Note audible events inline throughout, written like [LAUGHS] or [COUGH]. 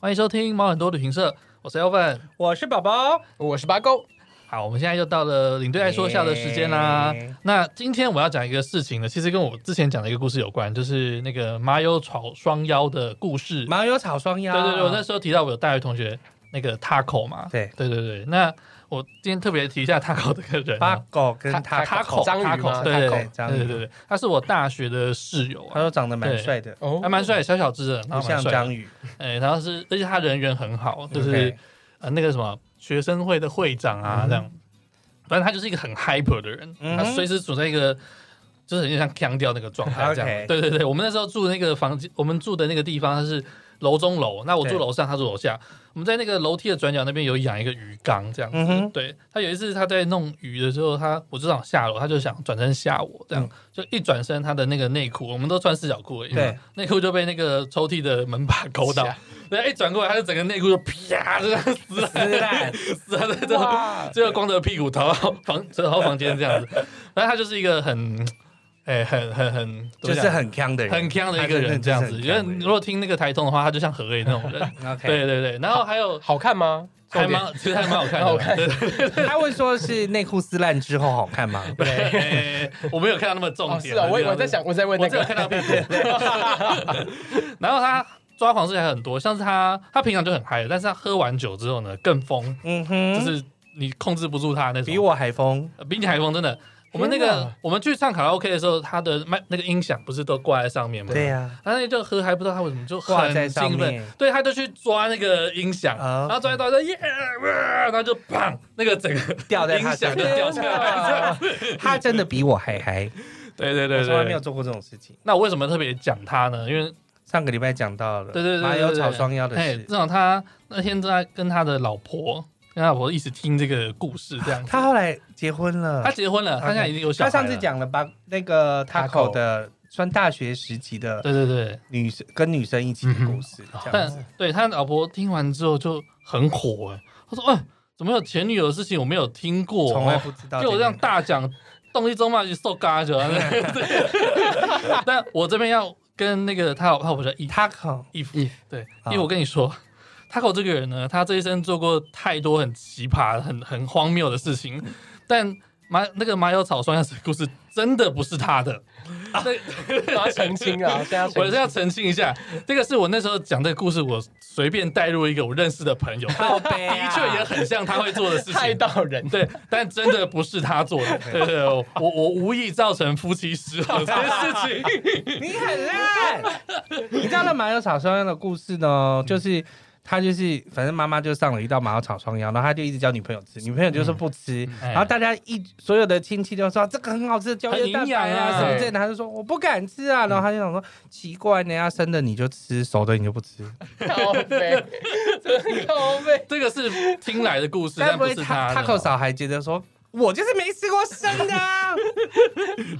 欢迎收听猫很多旅行社，我是 Elvin。我是宝宝，我是八狗，好，我们现在就到了领队爱说笑的时间啦。耶那今天我要讲一个事情呢，其实跟我之前讲的一个故事有关，就是那个麻油炒双腰的故事。麻油炒双腰。对对对，我嗯那时候提到我有大学同学那个 Taco 嘛，对对对对。那我今天特别提一下 Taco 这个人八啊，狗跟塔他塔口章鱼塔吗口，塔对对对口章对鱼对对，对他是我大学的室友他啊，说长得蛮帅的，哦还蛮帅，小小只的，然不后蛮像帅的，章鱼，哎，然后是而且他人缘很好，就是。 OK 呃那个什么学生会的会长啊，这样，反正他就是一个很 hyper 的人，嗯他随时处在一个就是有点像腔调那个状态这样。 [LAUGHS] OK 对对对，我们那时候住那个房间，我们住的那个地方它是楼中楼，那我住对楼上，他住楼下。我们在那个楼梯的转角那边有养一个鱼缸这样子。嗯哼对他有一次他在弄鱼的时候，他我就想下楼，他就想转身吓我，这样、嗯就一转身，他的那个内裤，我们都穿四角裤而已嘛，对内裤就被那个抽屉的门把勾到是啊，对，他一转过来，他就整个内裤就啪就这样撕撕烂，烂撕烂在这种，哇，最后光着屁股逃到房逃到房间这样子，然后他就是一个很，哎、很很很，怎就么是讲很强的人，很强的一个人这样子，因为如果听那个台通的话，他就像何伟那种 [LAUGHS] 人， OK，对对对，然后还有好看吗？还重点哦蛮其实还蛮好看蛮 [LAUGHS] 好的看吧，对对他会说是内裤撕烂之后好 [LAUGHS] 看吗？对，我没有看到那么重哦，点，是啊，我这样我子在想，我在问我那只有个看到屁股。 [LAUGHS] 然后他抓狂事还很多，像是他他平常就很嗨的，但是他喝完酒之后呢，更疯，嗯哼，就是你控制不住他那种。比我还疯，呃比你还疯，真的。我们那个我们去唱卡拉 OK 的时候，他的麦那个音响不是都挂在上面吗？对。呀，他那就喝还不知道他为什么就挂在很上兴奋面，对，他就去抓那个音响，啊然后抓一抓说耶，哇然后就砰，那个整个掉在音他响身就掉上，下来。他真的比我还嗨，对 [LAUGHS] 对我对从来没有对。做过这种事情。那我为什么特别讲他呢？因为上个礼拜讲到了，对对对对麻油炒对双腰的哎，事，正好他那天正在跟他的老婆，跟他老婆一起听这个故事，这样子。他后来结婚了，他结婚了，他现在已经有小孩他了。上次，讲了吧，那个 Taco Taco 的算大学时期的对对对，女生跟女生一起的故事，这样子但对他老婆听完之后就很火哎，他说：“哎，怎么有前女友的事情我没有听过？哦从来不知道就我这个样大讲，动一周嘛就受嘎着。”啊 [LAUGHS] 但我这边要跟那个他老他老婆叫伊 Taco 伊夫 Eve，对，啊因为我跟你说。他口这个人呢，他这一生做过太多很奇葩、很很荒谬的事情，但麻那个麻油草酸鸭子的故事真的不是他的。 [LAUGHS] 那要澄清 [LAUGHS] 啊，现在要我澄是清。要澄清一下，这个是我那时候讲这个故事，我随便带入一个我认识的朋友，靠背 [LAUGHS] 的确也很像他会做的事害情。到人，对，但真的不是他做的。对对对，我我无意造成夫妻失和这件事情。你很烂。你知道那麻油炒双腰的故事呢？嗯就是他就是反正妈妈就上了一道麻油炒双腰，然后他就一直教女朋友吃，女朋友就说不吃，嗯然后大家一所有的亲戚就说这个很好吃，胶原蛋白啊很营养啊什么之类的，他就说我不敢吃啊，然后他就想说奇怪呢，要生的你就吃，熟的你就不吃， [LAUGHS] 靠背，真 [LAUGHS] 的靠背。这个是听来的故事，该但不不会是他他的他口嫂还觉得说？我就是没吃过生的、啊， [LAUGHS]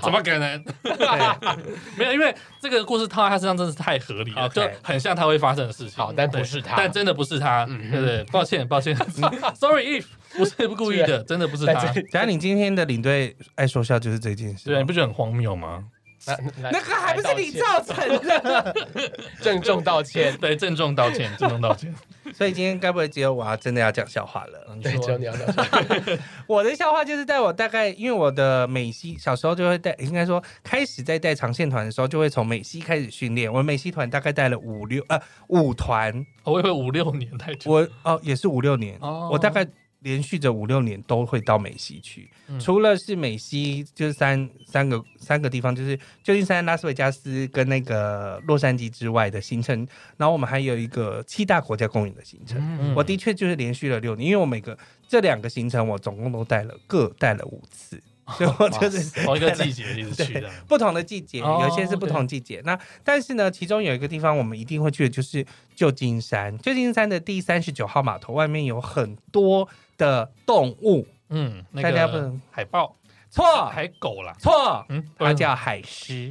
怎么可能？对，没有，因为这个故事套在他身上真的是太合理了，就 OK 很像他会发生的事情。好，但对不是他，但真的不是他，嗯对对，抱歉抱歉 [LAUGHS] ，sorry if 不是故意的，真的不是在他这。里假如你今天的领队爱说笑就是这件事，对啊，你不觉得很荒谬吗？那那个还不是你，造成的，来道歉郑重道歉。对，郑重道歉，郑重道歉。 [LAUGHS] [LAUGHS] 所以今天该不会只有我要真的要讲笑话了？嗯对，只有你要道歉。我的笑话就是在我大概因为我的美西小时候就会带，应该说开始在带长线团的时候，就会从美西开始训练。我美西团大概带了五六呃五团，我以为五六年太久，我哦也是五六年，哦我大概连续着五六年都会到美西去，嗯除了是美西就是三三个三个地方，就是旧金山、拉斯维加斯跟那个洛杉矶之外的行程，然后我们还有一个七大国家公园的行程。嗯我的确就是连续了六年，因为我每个这两个行程我总共都带了各带了五 [LAUGHS] 次，所以我就是嗯同一个季节一直去的。不同的季节，哦有些是不同季节。那但是呢，其中有一个地方我们一定会去的就是旧金山。旧金山的第三十九号码头外面有很多的动物，嗯，那大家不个能海豹、错海狗啦，错，嗯，它叫海狮。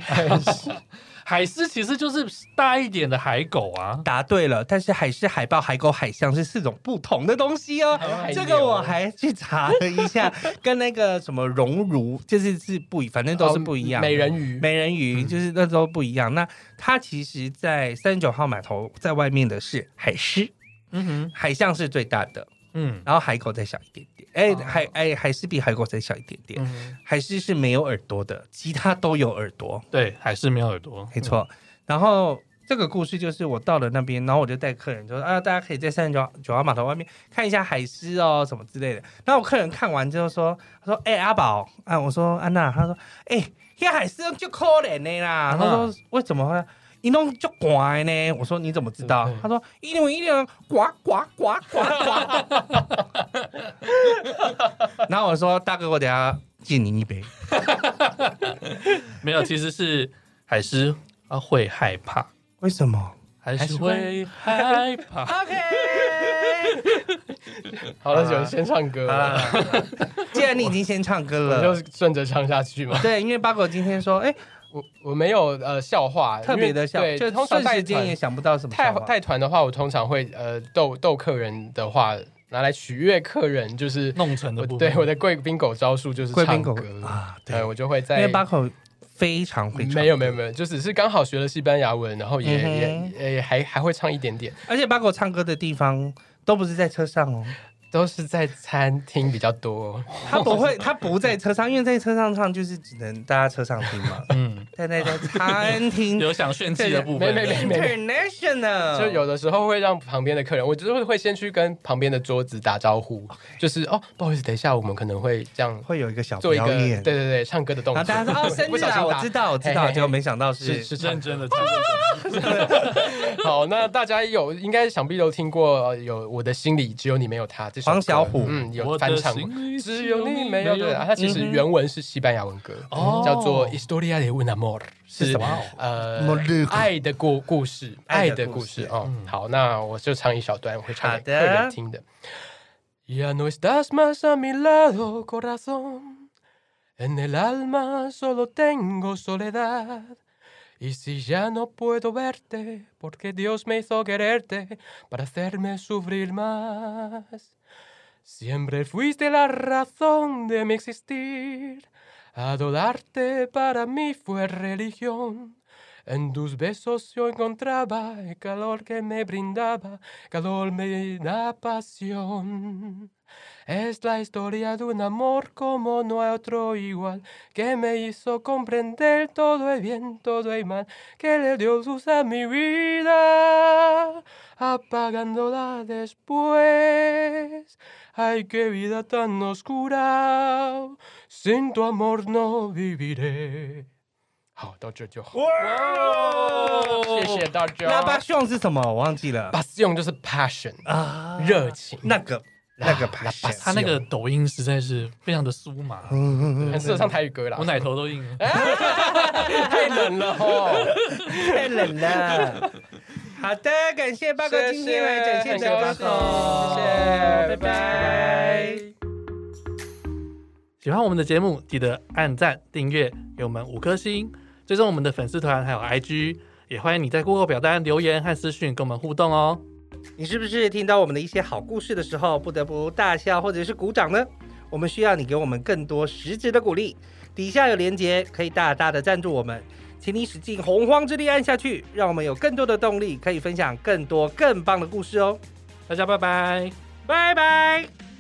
海狮，其实就是大一点的海狗啊。答对了，但是海狮、海豹、海狗、海象是四种不同的东西哦。还有这个我还去查了一下，跟那个什么熔炉就是是不一，反正都是不一样的。哦美人鱼，美人嗯鱼就是那都不一样。那它其实，在三十九号码头在外面的是海狮，嗯哼，海象是最大的，嗯然后海狗再小一点点，哎、哦海哎海狮比海狗再小一点点，嗯哼，海狮是没有耳朵的，其他都有耳朵。对，还是没有耳朵，没错。然后这个故事就是我到了那边，然后我就带客人就说啊，大家可以在三十九九号码头外面看一下海狮哦，什么之类的。然后我客人看完之后说， [LAUGHS] 他说哎、阿宝啊，我说安娜，他说哎，那、海狮就可怜的啦。嗯他说啊为什么会？一弄就乖呢，我说你怎么知道对？他说一弄一弄呱呱呱呱呱。然后我说大哥，我等下敬您一杯。嗯没有，其实是还是啊会害怕，为什么还还是是会害 [LAUGHS] 怕。 ？OK，好了，就先唱歌啊吧，， [LAUGHS] 既然你已经先唱歌我就了，顺着唱下去嘛。对，因为八狗今天说，哎、我我没有呃笑话，特别的笑因，为就对，通通常常带时间也团想不到什么带笑话带团的话，我通常会呃逗逗客人的话，拿来取悦客人，就是弄成的我部分，对我的贵宾狗招数就是贵宾唱狗歌呃啊，对，对，我就会因在嗯为八狗非常会唱，没有没有，没有，就只是刚好学了西班牙文，然后也、嗯也也还还会唱一点点，而且八狗唱歌的地方都不是在车上哦，都是在餐厅比较多。他不 [LAUGHS] 会，他不在车上，因为在车上唱就是只能大家车上听嘛，嗯，但在在餐厅 [LAUGHS] 有想炫技的部分，没没没没没。 international 就有的时候会让旁边的客人，我就是会先去跟旁边的桌子打招呼就是哦，不好意思，等一下我们可能会这样会有一个小做一个表演，对对对，唱歌的动然作。后大家说哦生 [LAUGHS] 不日小心啊，我打知道我知道，嘿嘿嘿结果没想到是是是唱认真的，是认真的 [LAUGHS] 好，那大家有应该想必都听过呃有我的心里只有你没有他这首歌黄小虎嗯，有我翻的唱过。心里只有你没有对啊，它其实嗯哼原文是西班牙文歌，哦叫做《Historia de un amor》，是什么呃 Molucco 爱的故故事，爱爱的的故故事事哦。好，那我就唱一小段，我会唱给好客的人听的。Ya no estás más a mi lado, corazón. En el alma solo tengo soledad. Y si ya no puedo verte, porque Dios me hizo quererte para hacerme sufrir más. Siempre fuiste la razón de mi existir. Adorarte para mí fue religión. En tus besos yo encontraba el calor que me brindaba, calor me da pasión. Es la historia de un amor como no hay otro igual, que me hizo comprender todo el bien, todo el mal, que le dio luz a mi vida, apagándola después. Ay, qué vida tan oscura, sin tu amor no viviré. Oh, 好，到这就好。Oh. 哇谢谢大家。拉巴兄是什么？我忘记了 passion 就是 passion，啊热情，那个那个排泄，啊他那个抖音实在是非常的酥麻，很适合唱台语歌啦我。奶头都硬了。太冷了哦，太冷了。 [LAUGHS] 好的，感谢八哥今天来展现谢的谢八很高哥，兴谢谢，拜拜拜拜。。喜欢我们的节目，记得按赞、订阅，给我们五颗星，追踪我们的粉丝团还有 IG，也欢迎你在 Google 表单留言和私讯跟我们互动哦。你是不是听到我们的一些好故事的时候，不得不大笑或者是鼓掌呢？我们需要你给我们更多实质的鼓励。底下有连结，可以大大的赞助我们，请你使尽洪荒之力按下去，让我们有更多的动力，可以分享更多更棒的故事哦。大家拜拜。拜拜。